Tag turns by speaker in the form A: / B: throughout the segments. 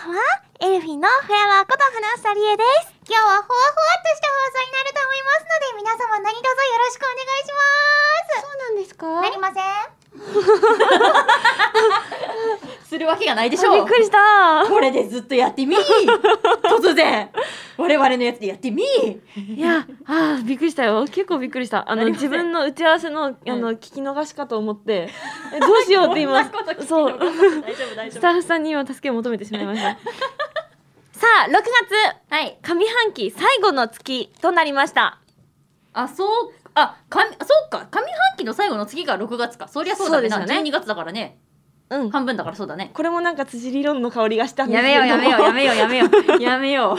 A: フィンのフラワーこと花さりえです。今日はほわほわっとした放送になると思いますので、皆様何卒よろしくお願いします。
B: そう
A: なりま
B: なんですか
A: せん
C: するわけがないでし
B: あび
C: ょ
B: っ
C: う
B: くりした
C: これでずっとやってみ突然我々のやつでやってみ
B: いやあーびっくりしたよ結構びっくりしたあ
C: な
B: の
C: りませ
B: 自
C: ん
B: 分の打ち合わせのあの、
C: う
B: 聞き逃しかと思ってえどうしようって今
C: こんなこと聞いてる
B: そう
C: 大丈夫大
B: ス
C: 丈
B: タ
C: 夫
B: ッフさんに今助けを求めてしまいましたさあ6月
C: はい
B: 上半期最後の月となりました
C: あそうあかそうか上半期の最後の次が6月かそりゃそうだね
B: そうですよね
C: 12月だからね
B: うん
C: 半分だからそうだね
B: これもなんか辻理論の香りがしたんです
C: や
B: け
C: め
B: れ
C: よ
B: ど
C: う
B: も
C: やめようやめようやめよう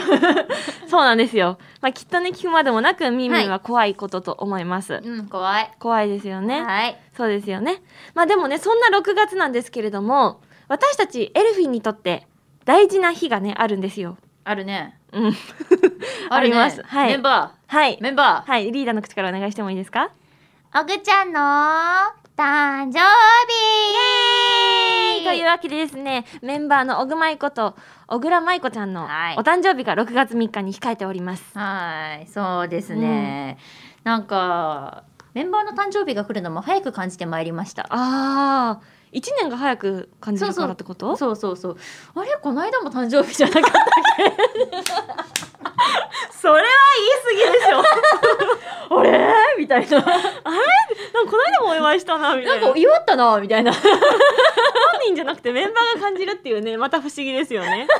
C: やめよ
B: そうなんですよ、まあ、きっとね聞くまでもなくみーみんは怖いことと思います、
C: ううん怖い
B: 怖いですよね
C: はい
B: そうですよね。まあでもね、そんな6月なんですけれども、私たちエルフィンにとって大事な日がね、あるんですよ。
C: あるね
B: うん。
C: ある
B: あり
C: ね
B: ますはい
C: メンバ
B: はい
C: ー。メンバー
B: はい、リーダーの口からお願いしてもいいですか
A: おぐちゃんの誕生
B: と
A: 日
B: いうわけでですね、メンバーの小熊いこと、小倉舞子ちゃんの
C: はい
B: お誕生日が6月3日に控えております。
C: はいそうですねなんかメンバーの誕生日が来るのも早く感じてまいりました
B: あー、1年が早く感じるからってこと
C: そうそうそうあれこの間も誕生日じゃなかったっけ それは言い過ぎでしょ あれみたいな
B: なんかこの間もお祝いしたな、みた
C: ない
B: な。
C: んか
B: 本
C: 祝ったなみたいな
B: 人じゃなくてメンバーが感じるっていうね、また不思議ですよね。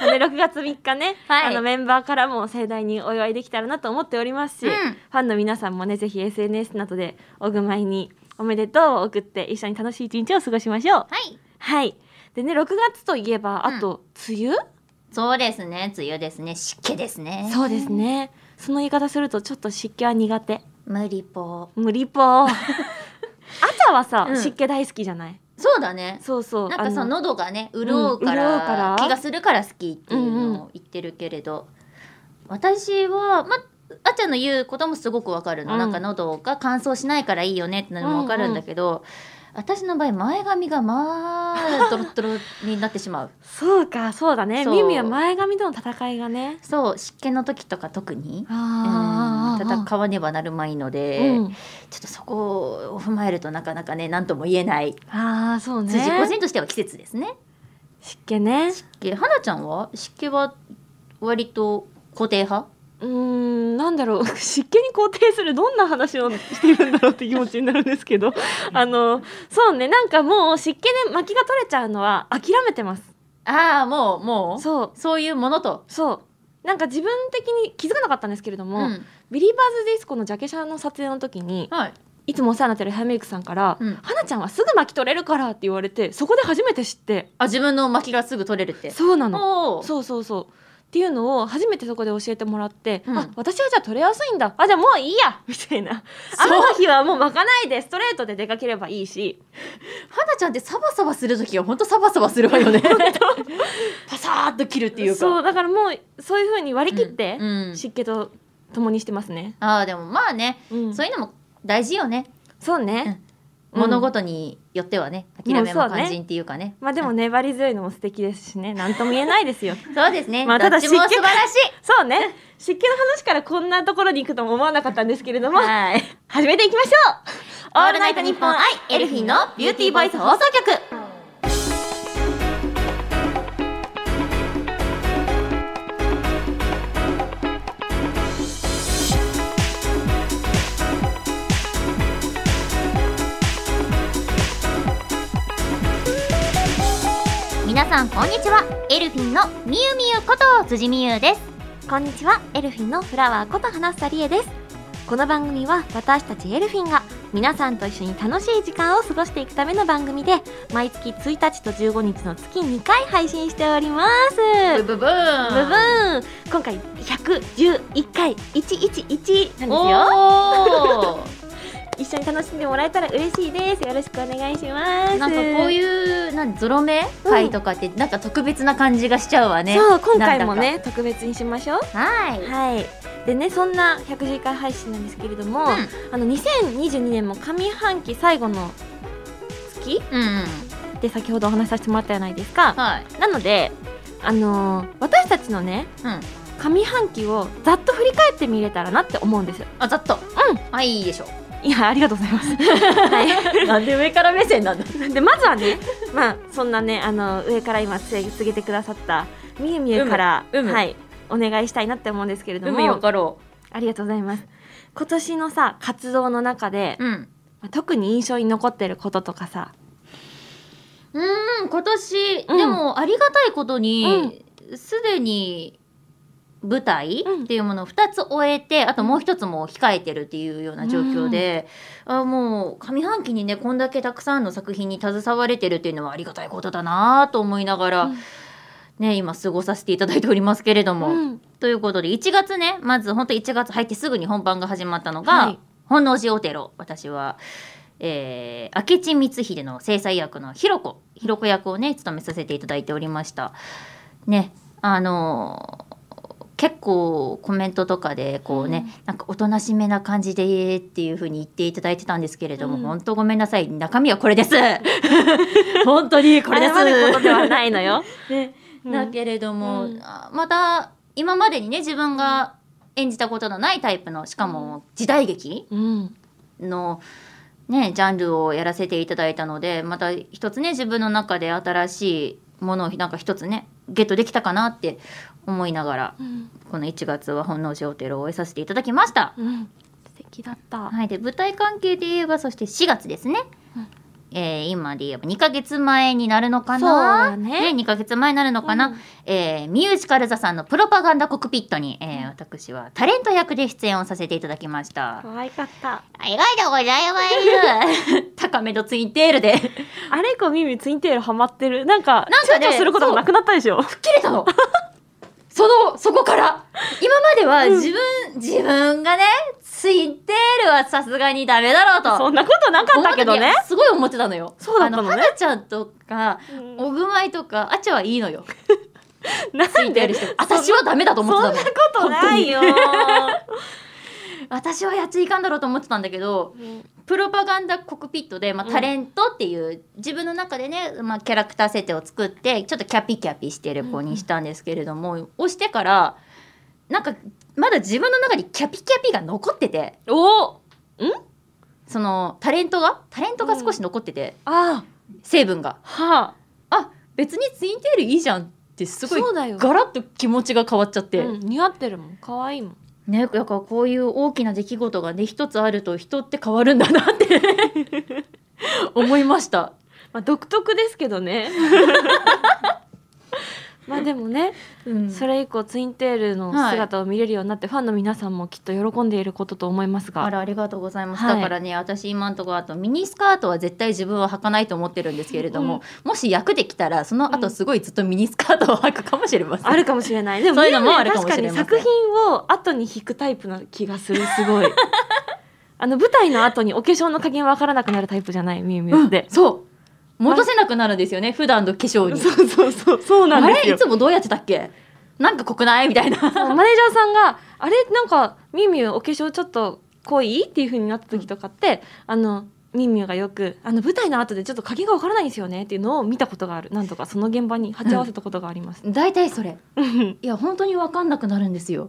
B: あのね6月3日ね、
C: はい
B: あのメンバーからも盛大にお祝いできたらなと思っておりますし、
C: うん
B: ファンの皆さんもねぜひ SNS などでおぐまいにおめでとうを送って一緒に楽しい一日を過ごしましょう
A: はい。
B: はいでね6月といえばあと梅雨、
C: そうですね梅雨ですね湿気ですね
B: そうですねその言い方するとちょっと湿気は苦手
C: 無理ぽ
B: 無理 ぽー朝はさ、
C: うん
B: 湿気大好きじゃない
C: そうだね
B: そうそう
C: なんかさ
B: あの
C: 喉がね潤うか
B: うん潤うから
C: ら気がするから好きっていうのを言ってるけれど、私はまあっちゃんの言うこともすごくわかるの、
B: うん
C: なんか喉が乾燥しないからいいよねってのもわかるんだけど、私の場合前髪がまあドロッドロになってしま う
B: そうかそうだね
C: そう
B: ミミは前髪との戦いがね
C: そう湿気の時とか特に
B: あ
C: うん戦わねばなるまいので、
B: うん、
C: ちょっとそこを踏まえるとなかなかね何とも言えない
B: ああそうね
C: 辻個人としては季節ですね。
B: 湿気ね
C: 湿気はなちゃんは湿気は割と固定派
B: うーんなんだろう 湿気に肯定するどんな話をしているんだろうって気持ちになるんですけどあのそうねなんかもう湿気で巻きが取れちゃうのは諦めてます
C: ああもうもうそう
B: そう
C: いうものと、
B: そうなんか自分的に気づかなかったんですけれども、
C: うん
B: ビリーバーズディスコのジャケ写の撮影の時に
C: はい
B: いつもお世話になってるヘアメイクさんから「
C: うん
B: 花ちゃんはすぐ巻き取れるから」って言われてそこで初めて知って
C: あ自分の巻きがすぐ取れるって
B: そうなの
C: おー
B: そうそうそうっていうのを初めてそこで教えてもらって、
C: うん
B: あ私はじゃあ取れやすいんだあじゃあもういいや みたいな雨の日はもう巻かないでストレートで出かければいいし
C: はなちゃんってサバサバする時は本当サバサバする わよねパサーっと切るっていうか
B: そううだからもうそういう風に割り切って
C: んうん
B: 湿気と共にしてますね、
C: ああでもまあね、
B: うん
C: そういうのも大事よね、
B: そうね、うん
C: 物事によってはね諦めも肝心っていうかね
B: まあでも粘り強いのも素敵ですしね何とも言えないですよ
C: そうですね、
B: まあた
C: ど
B: だ
C: っちも
B: 湿
C: 素
B: 気
C: 晴らしい
B: そうね湿気の話からこんなところに行くとも思わなかったんですけれども
C: はい
B: 始めていきましょう
C: オールナイトニッポンアイエルフィンのビューティーボイス放送局
A: 皆さんこんにちは。エルフィンのみゆみゆこと辻みゆです。こんにちは。エルフィンのフラワーこと花さりえです。
B: この番組は私たちエルフィンが皆さんと一緒に楽しい時間を過ごしていくための番組で毎月1日と15日の月2回配信しております
C: ブブブーン
B: ブブーン今回111回111なんですよ
C: おー
B: 一緒に楽しんでもらえたら嬉しいですよろしくお願いします
C: なんかこう
B: う
C: いうなんゾロ目会とかってなんか特別な感じがしちゃうわね。
B: そう今回もね特別にしましょう
C: はい。
B: はいでねそんな111回配信なんですけれども、
C: うん
B: あの2022年も上半期最後の月
C: うんうん。
B: で先ほどお話しさせてもらったじゃないですか
C: はい。
B: なのであのー私たちのね、
C: うん
B: 上半期をざっと振り返ってみれたらなって思うんですよ
C: あざっとうんあいいでしょう
B: いやありがとうございますは
C: なんで上から目線なんだ
B: いでまずはねまあそんなねあの上から今告げてくださったみゆみゆから、
C: うむうむ
B: はいお願いしたいなって思うんですけれど
C: 海よ
B: も
C: かろ
B: ありがとうございます今年のさ活動の中で、
C: ううん
B: まあ特に印象に残ってることとかさ
C: うーん今年、
B: うん
C: でもありがたいことにすで、に舞台
B: うん
C: っていうものを2つ終えてあともう1つも控えてるっていうような状況で、あもう上半期にねこんだけたくさんの作品に携われてるっていうのはありがたいことだなと思いながら、
B: うん
C: ね今過ごさせていただいておりますけれど
B: う
C: も。
B: ん
C: ということで1月ねまず本当1月入ってすぐに本番が始まったのが、
B: はい
C: 本能寺お寺私は、えー明智光秀の正妻役のひろこひろこ役をね務めさせていただいておりました。ねあのー結構コメントとかでこうね、なんかおとなしめな感じでっていう風に言っていただいてたんですけれども、
B: うん
C: 本当ごめんなさい中身はこれです 本当にこれです
B: 謝ることではないの よ、
C: ね
B: うん
C: だけれども、
B: うん
C: あまた今までにね自分が演じたことのないタイプのしかも時代劇
B: うん、
C: の、ね、ジャンルをやらせていただいたのでまた一つね自分の中で新しいものをなんか一つねゲットできたかなって思いながらこの1月は本能寺ホテルを終えさせていただきました。
B: うん、素敵だった。
C: はい、で舞台関係で言えばそして4月ですね、
B: うん
C: えー今で言えば2ヶ月前になるのか
B: そう
C: な
B: だね
C: 2ヶ月前になるのかな、
B: うん
C: えーミュージカル座さんのプロパガンダコクピットに、えー私はタレント役で出演をさせていただきました。
B: 可愛かった。
C: ありがとうございます。高めのツインテールで
B: あれ以降ミミツインテールハマってる。なんか、
C: なんかね
B: 躊躇することもなくなったでしょ。
C: 切れたの。 そのそこから今までは自分、自分がねツインテールはさすがにダメだろうと。
B: そんなことなかったけどね。
C: すごい思ってたのよ。
B: そうだったのね
C: あ花ちゃんとか、
B: うん
C: おぐまいとか、あちゃはいいの よ。
B: なん
C: で
B: で
C: 私はダメだと
B: そん
C: 思ってた
B: な
C: のよ。
B: ことない よ。
C: 私はやっちゃいかんだろうと思ってたんだけど、プロパガンダコクピットで、まあ、
B: うん
C: タレントっていう、自分の中でね、まあ、キャラクター設定を作ってちょっとキャピキャピしてる子にしたんですけれども、押してからなんかまだ自分の中にキャピキャピが残ってて
B: お、
C: そのタレントがタレントが少し残ってて、
B: あ、
C: 成分が
B: はあ、
C: あ別にツインテールいいじゃんってすごい
B: だよ
C: ガラッと気持ちが変わっちゃって、
B: うん似合ってるもん。可愛いもん。
C: ねだからこういう大きな出来事がね一つあると人って変わるんだなって 思いました。
B: まあ独特ですけど ね。まあでもね、
C: うん
B: それ以降ツインテールの姿を見れるようになって、ファンの皆さんもきっと喜んでいることと思います
C: あ
B: が。
C: らありがとうございます、
B: はい
C: だからね私今んとこあとミニスカートは絶対自分は履かないと思ってるんですけれども、もし役できたらその後すごいずっとミニスカートを履くかもしれません、
B: あるかもしれない。でも
C: そういうのも
B: みんな
C: あるかもしれません
B: 確かに作品を後に引くタイプな気がする。す ごい。あの舞台の後にお化粧の加減わからなくなるタイプじゃないみゆみゆって。
C: そう戻せなくなるんですよね普段の化粧に
B: そうそうそうそうなん
C: あ
B: です
C: れい
B: よ
C: つ。もどうやってたっけなんか濃くないみたい な
B: そうマネージャーさんがあれなんかみゆみゆお化粧ちょっと濃いっていう風になった時とかって、あの。みゆみゆがよくあの舞台の後でちょっと加減がわからないんですよねっていうのを見たことがあるなんとかその現場に鉢合わせたことがあります、
C: 大体それ
B: うん
C: いや本当に分かんなくなるんですよ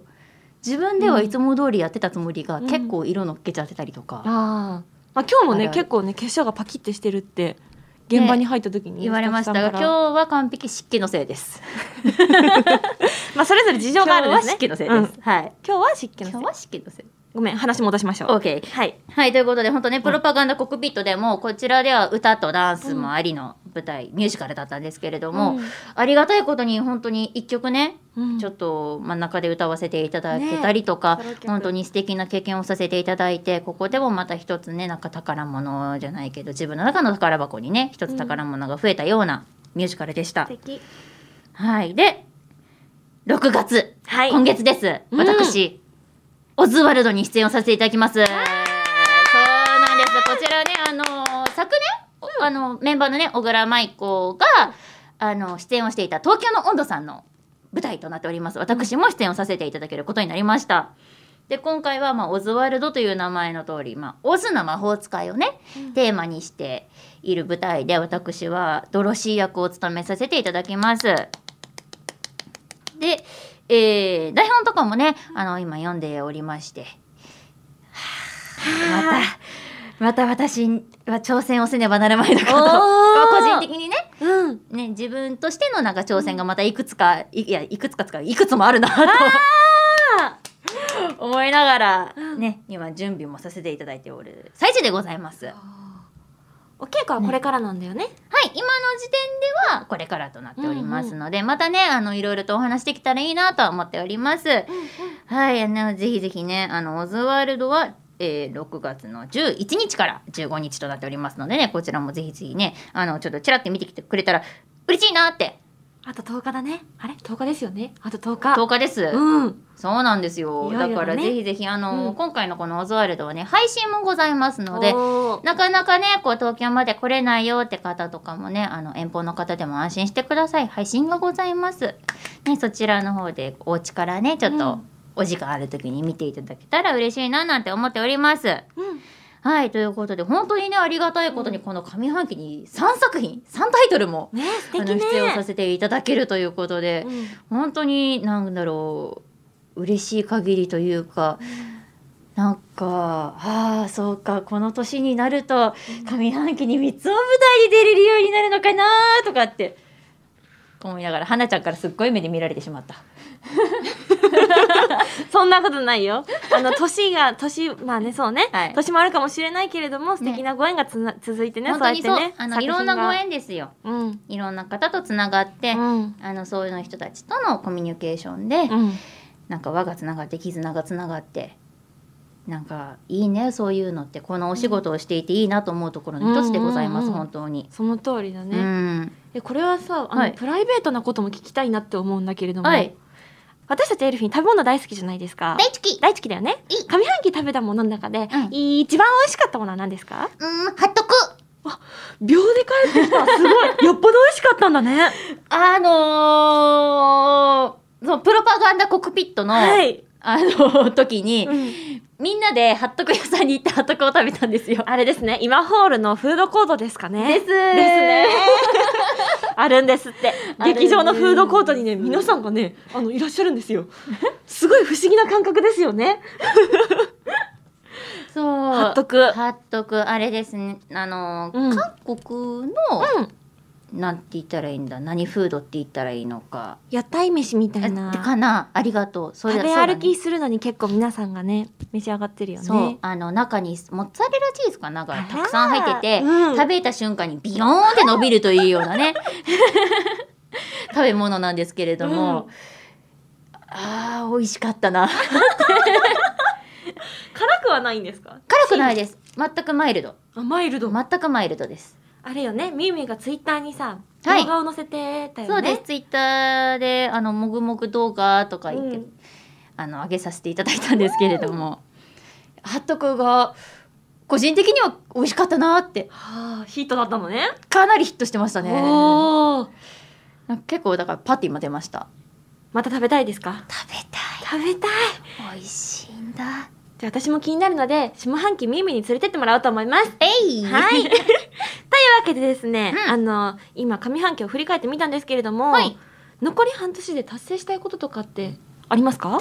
C: 自分ではいつも通りやってたつもりが、
B: うん
C: 結構色のっけちゃってたりとか、
B: あーまあ今日も
C: あるあ
B: ね
C: る
B: 結構ね化粧がパキッてしてるって現場に入った時に、
C: 言われましたが
B: スタッフ
C: 今
B: さんから
C: 日は完璧湿気のせい です
B: まあそれぞれ事情
C: 今日
B: があるん
C: は
B: ですね
C: 湿気のせいです、
B: うん
C: はい
B: 今日は湿気のせ
C: 今
B: い
C: 日は湿気のせい
B: ごめん話戻しましょう
C: OK
B: はい
C: はい、ということで、本当ね、プロパガンダコックピットでも、こちらでは歌とダンスもありの舞台、ミュージカルだったんですけれども、ありがたいことに、本当に一曲ね、
B: うん、
C: ちょ
B: っ
C: っと真ん中で歌わせていただけたりとか、
B: ねソロ曲
C: 本当に素敵な経験をさせていただいて、ここでもまた一つね、なんか宝物じゃないけど、自分の中の宝箱にね、一つ宝物が増えたようなミュージカルでした。
B: 敵
C: はい、で、6月、
B: はい
C: 今月です。
B: うん
C: 私、オズワルドに出演をさせていただきます。そうなんです。こちらね、あのー昨年、あのメンバーのね、小倉舞子が、あの出演をしていた東京の温度さんの舞台となっております。私も出演をさせていただけることになりました。で今回は、まあ、オズワルドという名前の通り、まあ、オズの魔法使いをね、テーマにしている舞台で私はドロシー役を務めさせていただきます。で、えー台本とかもねあの今読んでおりましてはあまたまた私は挑戦をせねばならないのかと個人的にね
B: うん。
C: ね自分としてのなんか挑戦がまたいくつかいいやいくつかつかいくつもあるなと思いながらね今準備もさせていただいておる最中でございます。はい
B: お稽古はこれからなんだよね。
C: 今の時点ではこれからとなっておりますので、またねあのいろいろとお話できたらいいなとは思っております。はいあのぜひぜひねあのオズワルドはえー、6月の11日から15日となっておりますのでねこちらもぜひぜひねあのちょっとちらって見てきてくれたら嬉しいなって
B: あと10日だね。あれ ?10 日ですよね。あと10日。
C: 10日です。
B: うん。
C: そうなんですよ。
B: いよいよだね
C: だからぜひぜひ、あの、
B: うん
C: 今回のこのオズワルドはね、配信もございますので、
B: おー
C: なかなかね、こう東京まで来れないよって方とかもね、あの遠方の方でも安心してください。配信がございます。ね、そちらの方でお家からね、ちょっ
B: う
C: と
B: ん
C: お時間ある時に見ていただけたら嬉しいななんて思っております。
B: うん。
C: はい、ということで、本当にね、ありがたいことにこの上半期に3作品、3タイトルも、
B: ね素
C: あ
B: 敵
C: の
B: ね。
C: 出演をさせていただけるということで、
B: うん
C: 本当に何だろう嬉しい限りというか、なんかああそうかこの年になると上半期に3つを舞台に出れるようになるのかなとかって思いながら花ちゃんからすっごい目で見られてしまった。
B: そんなことないよ。あの、年が、 年、まあね、そうね、
C: はい
B: 年もあるかもしれないけれども、素敵なご縁がつな、続いてね、
C: 本当にそう
B: やってね。
C: あの
B: 作
C: い
B: 品が
C: ろんなご。縁ですよ。
B: うん。
C: いろんな方とつながって、
B: うん。
C: あのそういうの人たちとのコミュニケーションで、
B: うん。
C: なんか輪がつながって絆がつながってなんかいいねそういうのってこのお仕事をしていていいなと思うところの一つでございま
B: う
C: す、
B: んうんうん
C: 本当に。
B: その通りだ
C: う
B: ね。
C: ん
B: え、これはさ、あの、
C: はい
B: プライベートなことも聞きたいなって思うんだけれども。
C: はい、
B: 私たちエルフィン食べ物大好きじゃないですか。
C: 大好き
B: 大好きだよね。
C: いい
B: 上半期食べたものの中で、
C: うん
B: 一番美味しかったものは何ですか
C: うん貼っとく
B: 秒で帰ってきた。すごい。よっぽど美味しかったんだね。
C: あのー、そのプロパガンダコックピット の、
B: はい。
C: あの時に、
B: うん
C: みんなでハットク屋さんに行ってハットクを食べたんですよ。
B: あれですね、今ホールのフードコートですかね。
C: で
B: で
C: す
B: すね。あるんですって。
C: あるんです
B: 劇場のフードコートにね、皆さんがね、あのいらっしゃるんですよ。すごい不思議な感覚ですよね。
C: そう
B: 貼
C: ハ
B: っとく。
C: ットクあれですねあのー、
B: うん
C: 韓国の、
B: うん。
C: なんて言ったらいいんだ何フードって言ったらいいのか。
B: 屋台飯みた
C: え
B: いな。
C: かなありがとうそれ
B: 食べ
C: そうだね
B: 歩きするのに結構皆さんがね、召し上がってるよね。
C: そう,、あの中にモッツァレラチーズかなんか
B: あら
C: たくさん入ってて、
B: うん
C: 食べた瞬間にビヨーンって伸びるというようなね 食べ物なんですけれども、あー美味しかったな
B: 辛くはないんですか
C: 辛くないです全くマイルド
B: あマイルド、
C: 全くマイルドです、
B: あれよねみゆみゆがツイッターにさ
C: はい
B: 動画を載せてたよね、
C: そうですツイッターであのもぐもぐ動画とか言って、
B: うん
C: あの上げさせていただいたんですけれども、ハットクが個人的には美味しかったなって
B: はあヒートだったのね
C: かなりヒットしてましたね
B: おー
C: なんか結構だからパッて今出ました
B: また食べたいですか
C: 食べ
B: 食べたい
C: たい美味しいんだ
B: じゃあ私も気になるので下半期みゆみゆに連れてってもらおうと思います
C: えい
B: はいと いうわけでですね、
C: う
B: あの今上半期を振り返ってみたんですけれども、
C: はい
B: 残り半年で達成したいこととかってありますか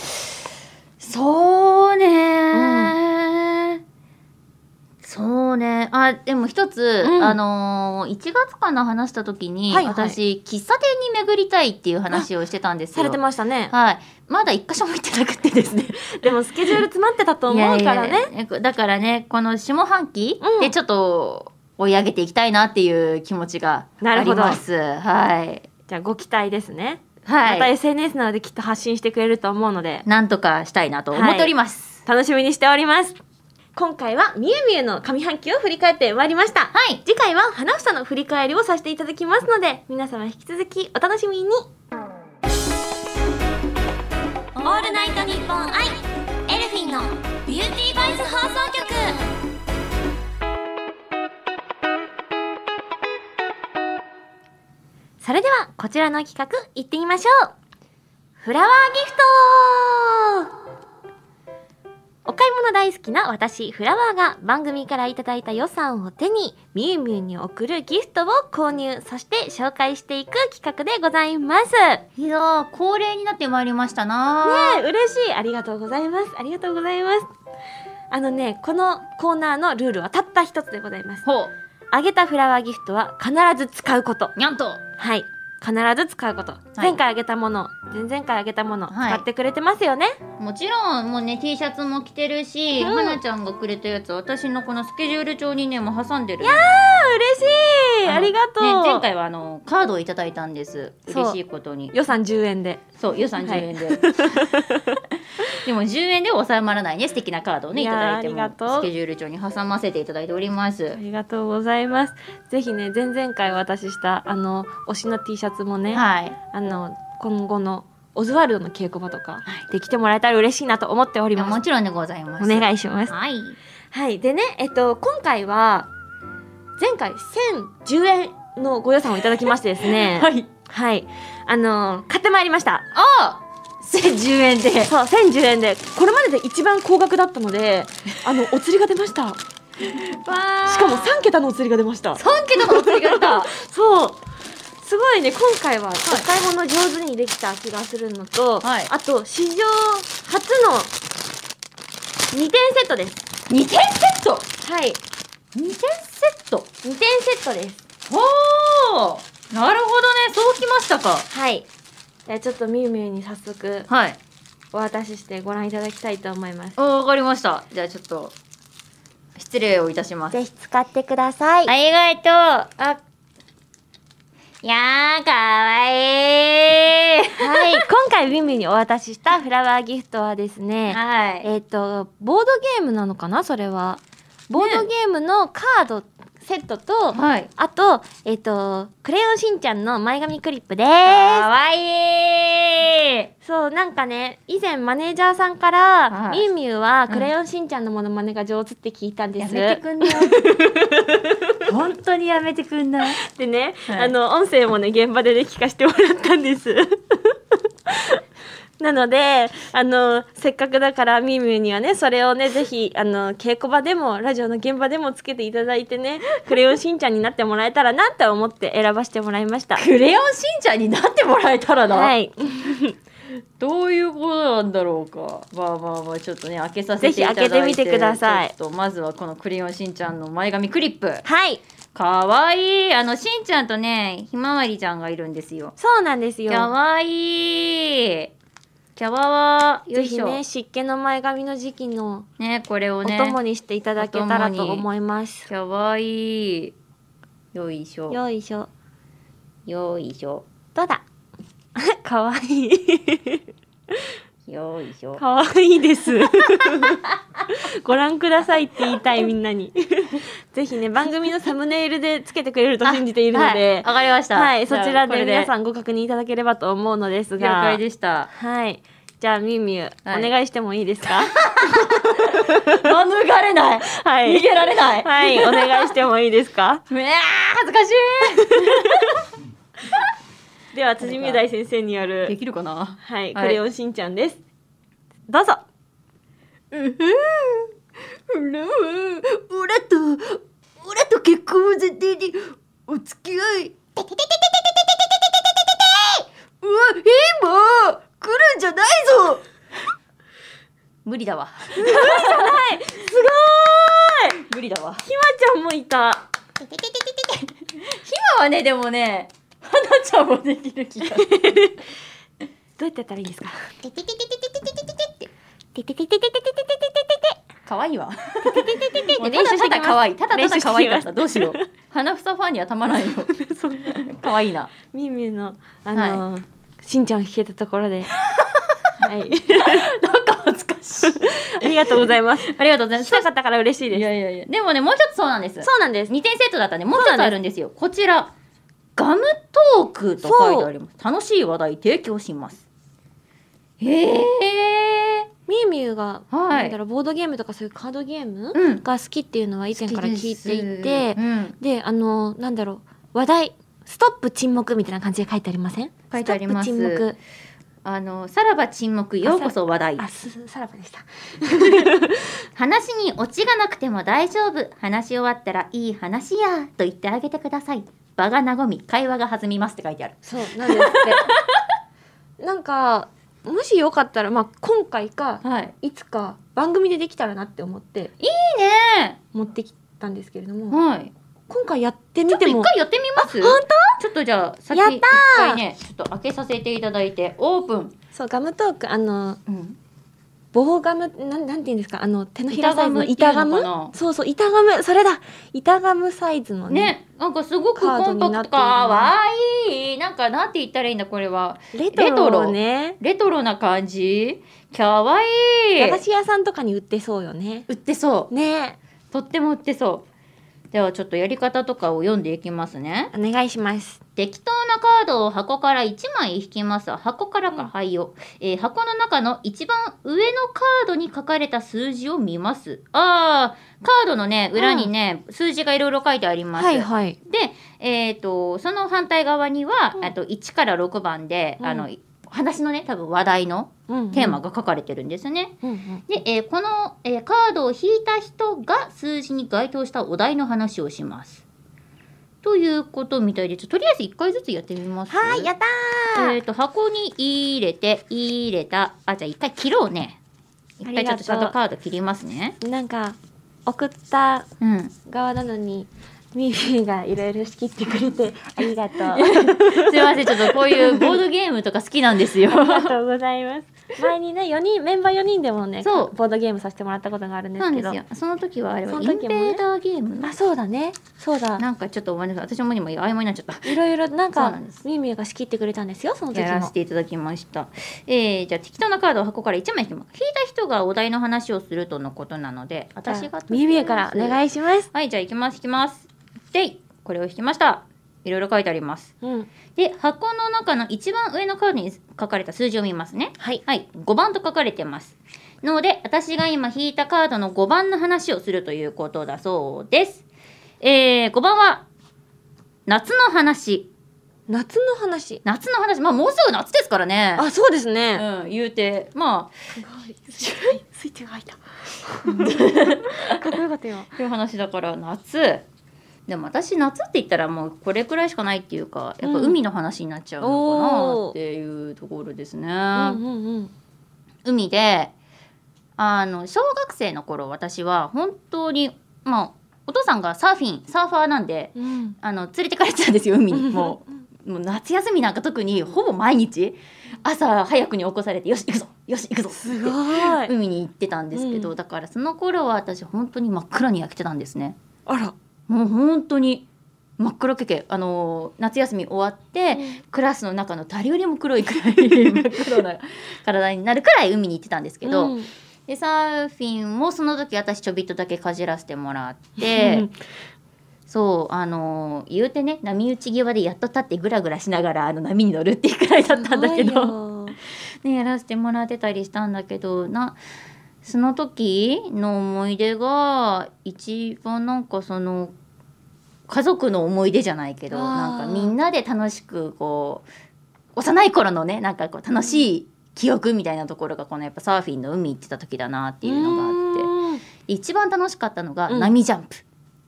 C: そうねー、そうねあでも一つ、
B: うん
C: あのー、1月かな話した時に、
B: はいはい
C: 私喫茶店に巡りたいっていう話をしてたんですよ
B: されてましたね
C: はいまだ一箇所も行ってなくてですね
B: でもスケジュール詰まってたと思うからね
C: いやいやいやだからねこの下半期
B: うん
C: でちょっと追い上げていきたいなっていう気持ちが
B: な
C: あ
B: る
C: り
B: ほど
C: ますはい
B: じゃあご期待ですね
C: は
B: また
C: い、
B: SNS などできっと発信してくれると思うので
C: なんとかしたいなと思っております。
B: 楽しみにしております今回はみゆみゆの上半期を振り返ってまいりました
C: はい、
B: 次回は花房の振り返りをさせていただきますので皆様引き続きお楽しみに
A: オールナイトニッポンアイエルフィンのビューティーバイス放送局
B: それではこちらの企画行ってみましょうフラワーギフト
A: お買い物大好きな私、フラワーが番組からいただいた予算を手に、みゆみゆに送るギフトを購入、そして紹介していく企画でございます。ね
C: いやー恒例になってまいりましたな
A: え、
B: 嬉しいありがとうございますありがとうございますあのねこのコーナーのルールはたった一つでございます
C: ほ
B: あげたフラワーギフトは必ず使うこと
C: うにゃんと
B: はい必ず使うこと、
C: い
B: 前回あげたもの前々回あげたもの、
C: はい
B: 使ってくれてますよね
C: もちろんもうね T シャツも着てるし、
B: うん
C: はなちゃんがくれたやつ私のこのスケジュール帳にねもう挟んでる
B: 嬉しい
C: の
B: ありがとう、
C: ね、前回はあのカードをいただいたんです
B: そう
C: 嬉しいことに
B: 予算10円で
C: そう予算
B: はい
C: 10円で、 でも10円では収まらないね素敵なカードをね
B: い
C: い
B: や
C: た
B: ー
C: だいて
B: ありが
C: も
B: とう
C: スケジュール帳に挟ませていただいております
B: ありがとうございますぜひね前々回お渡ししたあの推しの T シャツもね、
C: はい
B: あの今後のオズワルドの稽古場とかできてもらえたら嬉しいなと思っており
C: いや
B: ます
C: もちろんでございます
B: お願いします。
C: はい
B: はい。でね、えっと、今回は、前回1010円のご予算をいただきましてですね、
C: はい
B: はい。あのー買ってまいりました。
C: あ1010円で
B: そう、1010円で、これまでで一番高額だったので、あの、お釣りが出ました。しかも3桁のお釣りが出ました。
C: 3桁のお釣りが出た
B: そう。すごいね、今回はお買い物上手にできた気がするのと、
C: はい
B: あと、史上初の2点セットです。
C: 2点セット
B: はい。
C: 2点セット
B: 2点セットです。
C: ほーなるほどねそうきましたか
B: はい。じゃあちょっとみゆみゆに早速
C: はい
B: お渡ししてご覧いただきたいと思います。
C: あわかりましたじゃあちょっと失礼をいたします
A: ぜひ使ってください。
C: ありがとうあいやーかわいい
B: はい。今回みゆみゆにお渡ししたフラワーギフトはですね、
C: はい。
B: えっ、と、ボードゲームなのかなそれは。ボードゲームのカードセットと、
C: はい。
B: あと、えっ、と、クレヨンしんちゃんの前髪クリップで
C: か
B: す。
C: わいい
B: そう、なんかね、以前マネージャーさんから、
C: は
B: み
C: い
B: ゆみゆはクレヨンしんちゃんのモノマネが上手って聞いたんです。
C: く んない。本当にやめてくんない。
B: でね、
C: はい
B: あの音声もね現場でね聞かせてもらったんです なのであのせっかくだからみーみーにはねそれをねぜひあの稽古場でもラジオの現場でもつけていただいてね「クレヨンしんちゃん」になってもらえたらなって思って選ばせてもらいました
C: クレヨンしんちゃんになってもらえたらな。
B: はい
C: どういうことなんだろうか。まあまあまあ、ちょっとね、開けさせていただい
B: ぜひ
C: て。
B: 開けてみてください
C: ちょっとまずはこのクレヨンしんちゃんの前髪クリップ。
B: はい
C: かわいい。あの、しんちゃんとね、ひまわりちゃんがいるんですよ。
B: そうなんです
C: か
B: よ
C: わいい。キャワは、よ
B: ぜ
C: い
B: ひ
C: しょ。
B: ね
C: ね
B: 湿気の前髪の時期の
C: これを
B: お
C: ね。
B: 供にしていただけたら
C: お
B: と
C: 供に
B: 思います、
C: かわいい。よいしょ。
B: よいしょ
C: よいしょ。
B: どうだ かわいい
C: よいしょ。
B: 可愛いです。ご覧くださいって言いたいみんなに。ぜひね番組のサムネイルでつけてくれると信じているので、
C: わかりました。
B: はい、そちらで皆
C: ん。
B: さんご確認いただければと思うのです
C: 了
B: が、
C: 解でした。
B: はい。じゃあみみゆ、
C: はい
B: お願いしてもいいですか？
C: 免れない。
B: はい。
C: 逃げられない
B: はい、お願いしてもいいですか？
C: うわー恥ずかし
B: では辻美大先生によ
C: い。で
B: る
C: きるかな。
B: はい
C: はい
B: クレヨンしんちゃんです。どうぞ。
C: うふうらうおらと、おらと結婚を前提に、お付き合い。てててててててててててててててうわ、今、来るんじゃないぞ無理だわ。
B: すごーい。
C: 無理だわ。
B: ひまちゃんもいた。
C: 今はね、でもね、はなちゃんもできる気がする。
B: どうやってやったらいいですか？
A: ててててててててててて
C: 可愛いわ。
B: もう
C: ただただ可愛い。ただ
B: 練習
C: ただ可愛かっ
B: してきま
C: た。どうしよう。花房ファンにはたまらんよ。可愛いな。
B: みみのあのーしんちゃんを弾けたとこ ろではい
C: なんか恥ずかしい。
B: ありがとうございます
C: ありがとうございま
B: し
C: す。
B: たかったから嬉しい
C: い
B: です
C: やいやいや。でもね、もうちょっとそうなんです。
B: そうなんです
C: 二点セットだったね。もうちょっとあるんですよ。こちら。ガムトークと書いてあります。楽しい話題提供します。へえ。
B: みゆみゆが、
C: はい
B: なんだろうボードゲームとかそういうカードゲーム、
C: うん。
B: が好きっていうのは以前から聞いていて
C: うん。
B: であのーなんだろう話題ストップ沈黙みたいな感じで書いてありません
C: 書いてあります
B: ストップ沈黙
C: あの、さらば沈黙、ようこそ話題。
A: あ、す、さらばでした。
C: 話にオチがなくても大丈夫。話し終わったらいい話や。と言ってあげてください。場が和み、会話が弾みますって書いてある。
B: そうなんです って。なんかもしよかったらまあ今回か
C: はい。
B: いつか番組でできたらなって思って
C: いいね。
B: 持ってきたんですけれども、
C: はい。
B: 今回やってみ
C: ちょってと一
B: も
C: 回やってみます
B: 本
C: 当ちょっとじゃあ、先
B: やったー
C: 一回ね、ちょっと開けさせていただいて、オープン。
B: そうガムトークあの
C: うん。
B: 棒ガムなんなんていうんですかあの手のひらサイズの
C: 板
B: 板
C: ガ
B: ガ
C: ムっ
B: ム
C: ていうのかな
B: そうそう板ガムそれだ板ガムサイズのね
C: ね、なんかすごく
B: カー
C: コ
B: ド
C: ン
B: に
C: パ
B: なっ
C: ク
B: て
C: ト。
B: いるね
C: かわいい。なんか、なんて言ったらいいんだ、これは。
B: レトロ
C: レトロ
B: をね
C: レトロな感じかわいい。
B: 駄菓子屋さんとかに売ってそうよね
C: 売ってそう。
B: ね
C: とっても売ってそう。ではちょっとやり方とかを読んでいきますね。
B: お願いします
C: 適当なカードを箱から1枚引きます。箱からか、はいよ。えー箱の中の一番上のカードに書かれた数字を見ます。あー、カードのね、裏にね、数字がいろいろ書いてあります。
B: はいはい
C: で、えっ、と、その反対側には、
B: うん
C: あと1から6番で、
B: うん
C: あの、話のね、多分話題のテーマ、が書かれてるんですね。
B: うんうんうん
C: で、えーこの、えーカードを引いた人が数字に該当したお題の話をします。ということみたいで、ちょとりあえず1回ずつやってみます。
A: はい、やったー。
C: えっ、と、箱に入れて、入れた。あ、じゃあ1回切ろうね。1回ちょっとシャドーカード切りますね。
B: うんなんか送った
C: うん。
B: 側なのにミーミーがいろいろ仕切ってくれてありがとうあ
C: すいません、ちょっとこういうボードゲームとか好きなんですよ。
B: りがとうござい ます前にね4人メンバー4人でもね
C: そう
B: ボードゲームさせてもらったことがあるんで
C: そうな
B: す
C: ん
B: け
C: で
B: ど
C: すよ。その時はあれは
B: そ
C: イ
B: の
C: ン
B: 時
C: ベ
B: もね
C: ーダーゲーム。
B: あそうだねそうだ
C: なんかちょっとごめんなさい。私も今曖昧になっちゃった。
B: いろいろなん
C: そう
B: か
C: なんです
B: ミーミーが仕切ってくれたんですよその時
C: やらせ
B: も
C: ていただきました。えー、じゃあ適当なカードを箱から1枚引きます。引いた人がお題の話をするとのことなので、私が。
B: ミーミーからお願
C: い。
B: いします
C: はい、じゃあ行きます、引きます。でい、これを引きました。いろいろ書いてあります。
B: うん
C: で、箱の中の一番上のカードに書かれた数字を見ますね。
B: はい
C: はい、5番と書かれてます。なので、私が今引いたカードの5番の話をするということだそうです。えー、5番は、夏の話。
B: 夏の話
C: 夏の話。まあ、もうすぐ夏ですからね。
B: あそうですね
C: うん、言うて、まあ、
B: すごいスイッチが入ったかっこよか ったよ
C: そういう話だから、夏。でも私夏って言ったらもうこれくらいしかないっていうかやっぱ
B: うん
C: 海の話になっちゃうのかなっていうところですね、
B: うんうんうん
C: 海であの小学生の頃私は本当にまあお父さんがサーフィンサーファーなんで
B: うん
C: あの連れてかれてたんですよ 海にも
B: うん
C: うもう夏休みなんか特にほぼ毎日朝早くに起こされてよし行くぞよし行くぞ
B: すごい
C: 海に行ってたんですけど、
B: うん
C: だからその頃は私本当に真っ暗に焼けてたんですね
B: あら
C: もう本当に真っ黒けけあのー夏休み終わって、クラスの中の誰よりも黒いくらい真っ黒な体になるくらい海に行ってたんですけど、
B: うん
C: でサーフィンもその時私ちょびっとだけかじらせてもらって。そうあのー言うてね波打ち際でやっと立ってグラグラしながらあの波に乗るっていうくらいだったんだけ
B: すごい
C: ど。
B: よ
C: ね、やらせてもらってたりしたんだけどなその時の思い出が一番なんかその家族の思い出じゃないけど
B: あー
C: なんかみんなで楽しくこう幼い頃のねなんかこう楽しい記憶みたいなところがこのやっぱサーフィンの海行ってた時だなっていうのがあっ
B: あ
C: て
B: って
C: 一番楽しかったのが
B: うん
C: 波ジャンプ、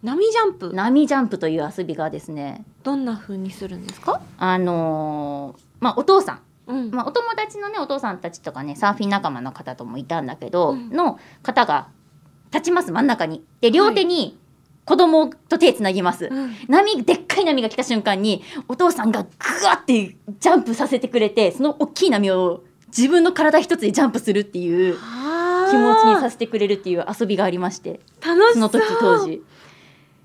B: 波ジャンプ
C: 波ジャンプという遊びがですね
B: どんな風にするんですか
C: あのーまあお父さん
B: うん
C: まあ、お友達のねお父さんたちとかねサーフィン仲間の方ともいたんだけど、
B: うん
C: の方が立ちます真ん中にで両手に子供と手つなぎます、
B: うん
C: 波でっかい波が来た瞬間にお父さんがグワってジャンプさせてくれてその大きい波を自分の体一つでジャンプするっていう気持ちにさせてくれるっていう遊びがありまして
B: 楽し
C: その時当
B: 時
C: 時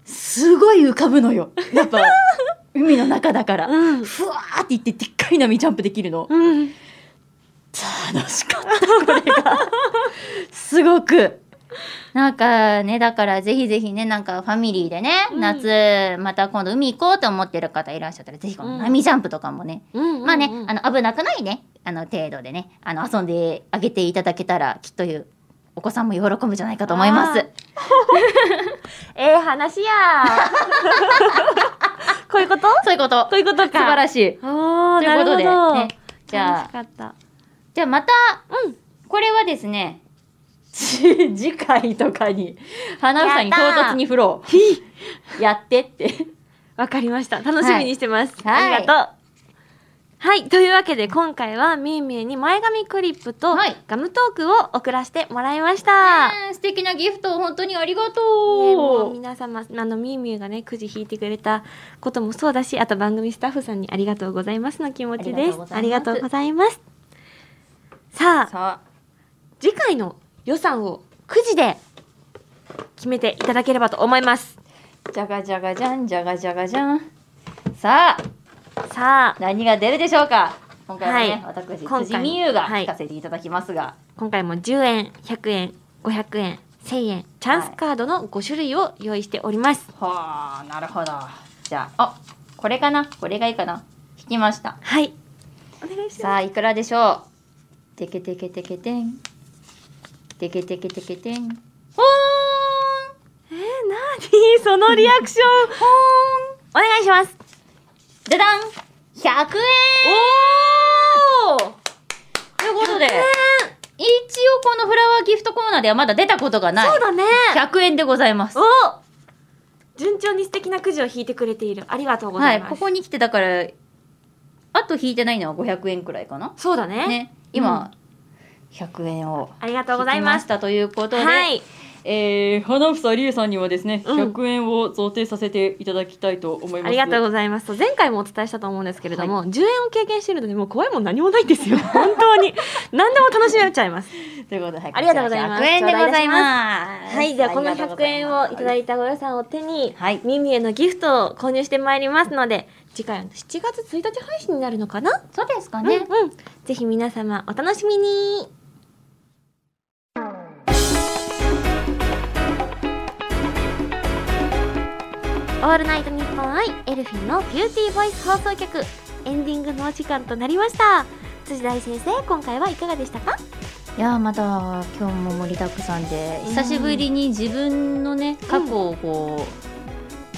C: すごい浮かぶのよやっぱ海の中だから
B: うん
C: ふわーっていってでっかい波ジャンプできるの。
B: うん
C: 楽しかったこれがすごくなんかねだからぜひぜひねなんかファミリーでね、
B: うん
C: 夏また今度海行こうと思ってる方いらっしゃったらぜひこの波ジャンプとかもね、
B: うん
C: まあね、
B: うん
C: あの危なくないねあの程度でねあの遊んであげていただけたらきっというお子さんも喜ぶんじゃないかと思います
B: あーええ話やこういうこと
C: そういうこと
B: こういうことか
C: 素晴らしい
B: おー
C: という
B: な
C: こ
B: る
C: と
B: ほ
C: で、
B: ど
C: ね、じゃ
B: 楽し
C: あ
B: かった
C: じゃあまた、これはですね、 次回とかに、花房に唐突に振ろう。やってって。
B: わかりました。楽しみにしてます。
C: はい
B: ありがとう。はい。というわけで、今回はみゆみゆに前髪クリップと
C: はい
B: ガムトークを送らせてもらいました。
C: うん素敵なギフト、本当にありが
B: ねも
C: と
B: う
C: う。
B: 皆様あのみゆみゆがねくじ引いてくれたこともそうだしあと番組スタッフさんにありがとうございますの気持ちですあ
C: あ
B: り
C: り
B: がと
C: がと
B: う
C: う
B: ご
C: ご
B: ざいますさあ
C: さ
B: 次回の予算をくじで決めていただければと思います
C: あ、じゃがじゃがじゃん、じゃがじゃがじゃん。さあ、
B: さあ
C: 何が出るでしょうか今回はね、
B: はい
C: 私、
B: 今回
C: 辻美優が
B: はい
C: 聞かせていただきますが、
B: 今回も10円100円500円1000円チャンスカードの5種類を用意しております
C: はあなるほどじゃああこれかなこれがいいかな引きました
B: はい、お願いしま
C: さあいくらでしょうてけてけてけてんてけてけてけてんほー
B: すえー、何そのリアクションお願いします
C: んじゃだん100円おおということで、一応このフラワーギフトコーナーではまだ出たことがない
B: そうだね
C: 100円でございます
B: お順調に素敵なくじを引いてくれているありがとうござ
C: はいい
B: ます、
C: ここに来てだからあと引いてないのは500円くらいかな
B: そうだね
C: ね、今、100円を
B: ありが
C: 引
B: とうござい
C: き
B: ま
C: ますしたということで、
B: はい
C: えー、花房理恵さんにはですね、
B: うん
C: 100円を贈呈させていただきたいと思います
B: ありがとう
C: う
B: ございます前回もお伝えしたと思うんですけれども、10円を経験しているのでもう怖いもん何もないんですよ本当 に何でも楽しめちゃいます
C: ということで、はい
B: ありがとうございます
C: 100円でございます
B: はいではこの100円をいただ
C: て
B: いたご予算を手に、
C: はい
B: ミミへのギフトを購入してまいりますので次回の7月1日配信になるのかな
C: そうですか
B: ね
C: ね、、
B: うん、ぜひ皆様お楽しみに。オールナイトニッポンアイエルフィンのビューティーボイス放送局エンディングのお時間となりました。辻大先生、今回はいかがでしたか？
C: いやーまた今日も盛りだくさんで
B: うん
C: 久しぶりに自分のね過去をこ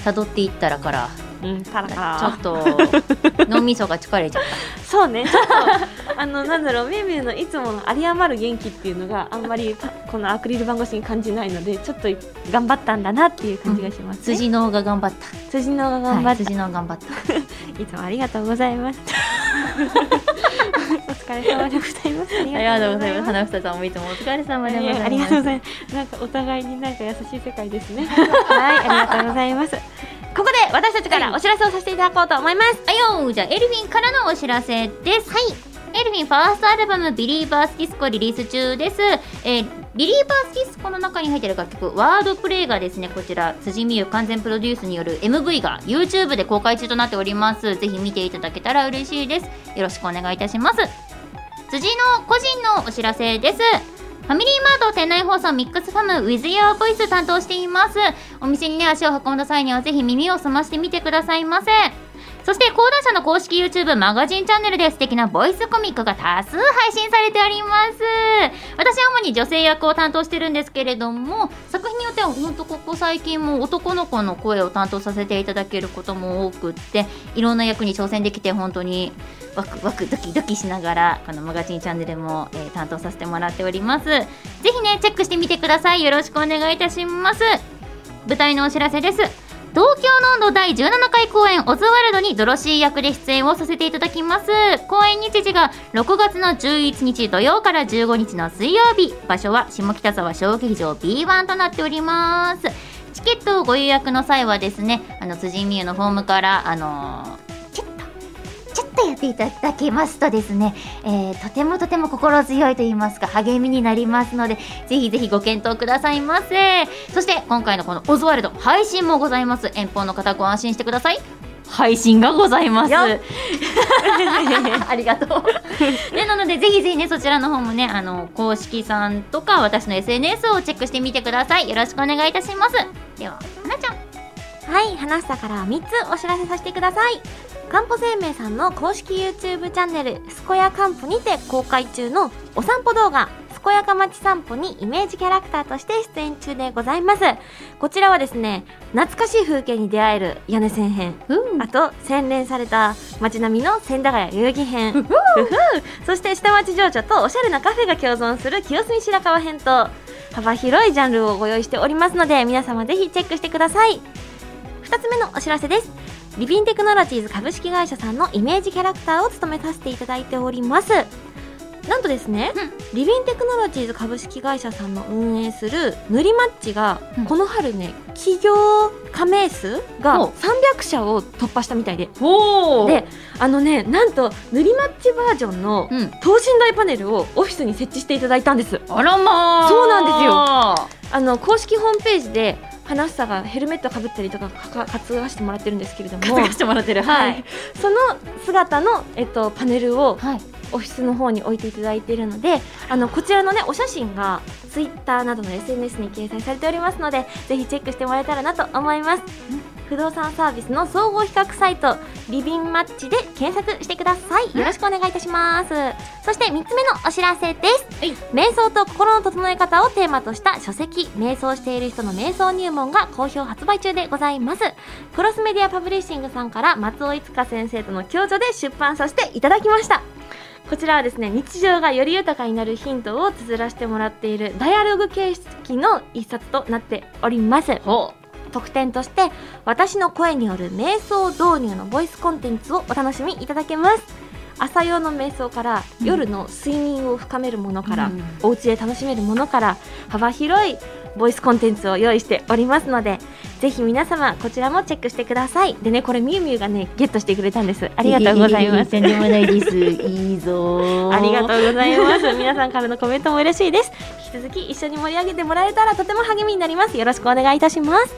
C: う辿っていったらから、
B: うん、カラ
C: ちょっと 脳みそが疲れちゃ った
B: そうね、ちょっとあのなんだろう、めいめいのいつもの有り余る元気っていうのがあんまりパこのアクリル板越しに感じないので、ちょっと頑張ったんだなっていう感じがします、ね
C: 辻脳が頑張った
B: 辻の方が頑張
C: は
B: っ
C: い、
B: て、
C: 辻の頑張った
B: い、つもありがとうございます。お疲れ様でございます。あ
C: ありがとうございます。花房さんもいつもお疲れ様
B: い
C: で
B: やい
C: ございます。
B: やありがとうございます。なんかお互いになんか優しい世界ですね。はい、ありがとうございます。ここで私たちからお知らせをさせていただこうと思います。
C: あよーじゃあエルフィンからのお知らせです。はい。エルフィンファーストアルバム「ビリーバースディスコ」リリース中です、えービリーバースディスコの中に入っている楽曲「ワードプレイ」がですねこちら辻美優完全プロデュースによる MV が YouTube で公開中となっておりますぜひ見ていただけたら嬉しいですよろしくお願いいたします辻の個人のお知らせですファミリーマート店内放送ミックスファム With Your Voice 担当していますお店にね足を運んだ際にはぜひ耳を澄ましてみてくださいませそして講談社の公式 YouTube マガジンチャンネルで素敵なボイスコミックが多数配信されております私は主に女性役を担当してるんですけれども作品によってはほんとここ最近も男の子の声を担当させていただけることも多くっていろんな役に挑戦できて本当にワクワクドキドキしながらこのマガジンチャンネルも、えー担当させてもらっておりますぜひねチェックしてみてくださいよろしくお願いいたします舞台のお知らせです東京の温度第17回公演オズワルドにドロシー役で出演をさせていただきます公演日時が6月の11日土曜から15日の水曜日場所は下北沢小劇場 B1 となっておりますチケットをご予約の際はですねあの辻美優のフォームからあのーチェットちょっとやっていただけますとですね、えーとてもとても心強いと言いますか励みになりますのでぜひぜひご検討くださいませそして今回のこのオズワルド配信もございます遠方の方ご安心してください配信がございます
B: よっ
C: ありがとう、ね、なのでぜひぜひねそちらの方もねあの公式さんとか私の SNS をチェックしてみてくださいよろしくお願いいたしますでははなちゃん
B: はい、花房からは3つお知らせさせてください。かんぽ生命さんの公式 YouTube チャンネル「すこやかんぽ」にて公開中のお散歩動画「健やか街散歩にイメージキャラクターとして出演中でございますこちらはですね懐かしい風景に出会える屋根線編
C: うん
B: あと洗練された街並みの千駄ヶ谷代々木編ふふそして下町情緒とおしゃれなカフェが共存する清澄白河編と幅広いジャンルをご用意しておりますので皆様ぜひチェックしてください2つ目のお知らせですリビンテクノロジーズ株式会社さんのイメージキャラクターを務めさせていただいておりますなんとですね、
C: うん
B: リビンテクノロジーズ株式会社さんの運営する塗りマッチが、
C: うん
B: この春ね企業加盟数が
C: ほう
B: 300社を突破したみたいで
D: お
B: であのねなんと塗りマッチバージョンの
C: うん
B: 等身大パネルをオフィスに設置していただいたんです
C: あらまあ
B: そうな
C: で
B: あの公式ホームページで花房がヘルメットかぶったりとかかか担がしてもらってるんですけれども
C: 担がしてもらってる
B: は
C: はいい、
B: その姿の、えっと、パネルを
C: はい
B: オフィスの方に置いていただいているのであのこちらのねお写真がツイッターなどの SNS に掲載されておりますのでぜひチェックしてもらえたらなと思います不動産サービスの総合比較サイトリビンマッチで検索してくださいよろしくお願いいたしますそして3つ目のお知らせです
C: はい
B: 瞑想と心の整え方をテーマとした書籍瞑想している人の瞑想入門が好評発売中でございますクロスメディアパブリッシングさんから松尾いつか先生との共助で出版させていただきましたこちらはですね日常がより豊かになるヒントを綴らせてもらっているダイアログ形式の一冊となっております
C: ほ
B: 特典として私の声による瞑想導入のボイスコンテンツをお楽しみいただけます朝用の瞑想から
C: うん
B: 夜の睡眠を深めるもの
C: う
B: から、
C: うん
B: お家で楽しめるものから幅広いボイスコンテンツを用意しておりますのでぜひ皆様こちらもチェックしてくださいでねこれみゆみゆがねゲットしてくれたんですありがとうございます
C: とんでもないですいいぞ
B: ありがとうござい ます。皆さんからのコメントも嬉しいです。引き続き一緒に盛り上げてもらえたらとても励みになります。よろしくお願いいたします。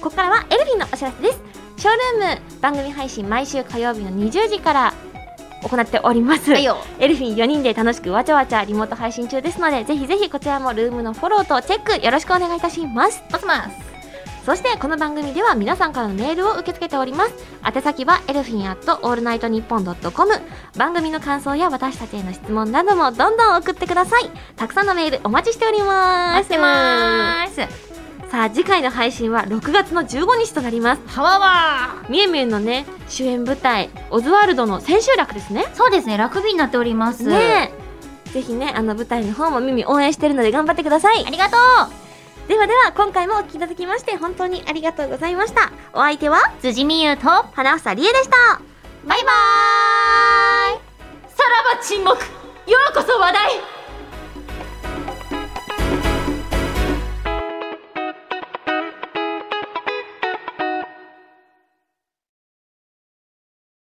B: ここからはエルフィンのお知らせです。ショールーム番組配信毎週火曜日の20時から行っております。
C: はいよ
B: エルフィン4人で楽しくわちゃわちゃリモート配信中ですので、ぜひぜひこちらもルームのフォローとチェックよろしくお願いいたします。
C: 待ってます
B: そしてこの番組では皆さんからのメールを受け付けております宛先はエルフィンアットオールナイトニッポンドットコム番組の感想や私たちへの質問などもどんどん送ってくださいたくさんのメールお待ちしております
C: 待ってます
B: さあ次回の配信は6月の15日となります
C: はわわ
B: みえみえのね主演舞台オズワルドの千秋楽ですね
C: そうですねラグビーになっております
B: ねえぜひねあの舞台の方も耳応援してるので頑張ってください
C: ありがと
B: ではでは今回もお聞きいただきまして本当にありがとうございましたお相手は
C: う辻美優とバイ
B: 花房理恵でした
C: バーイさらば沈黙ようこそ話題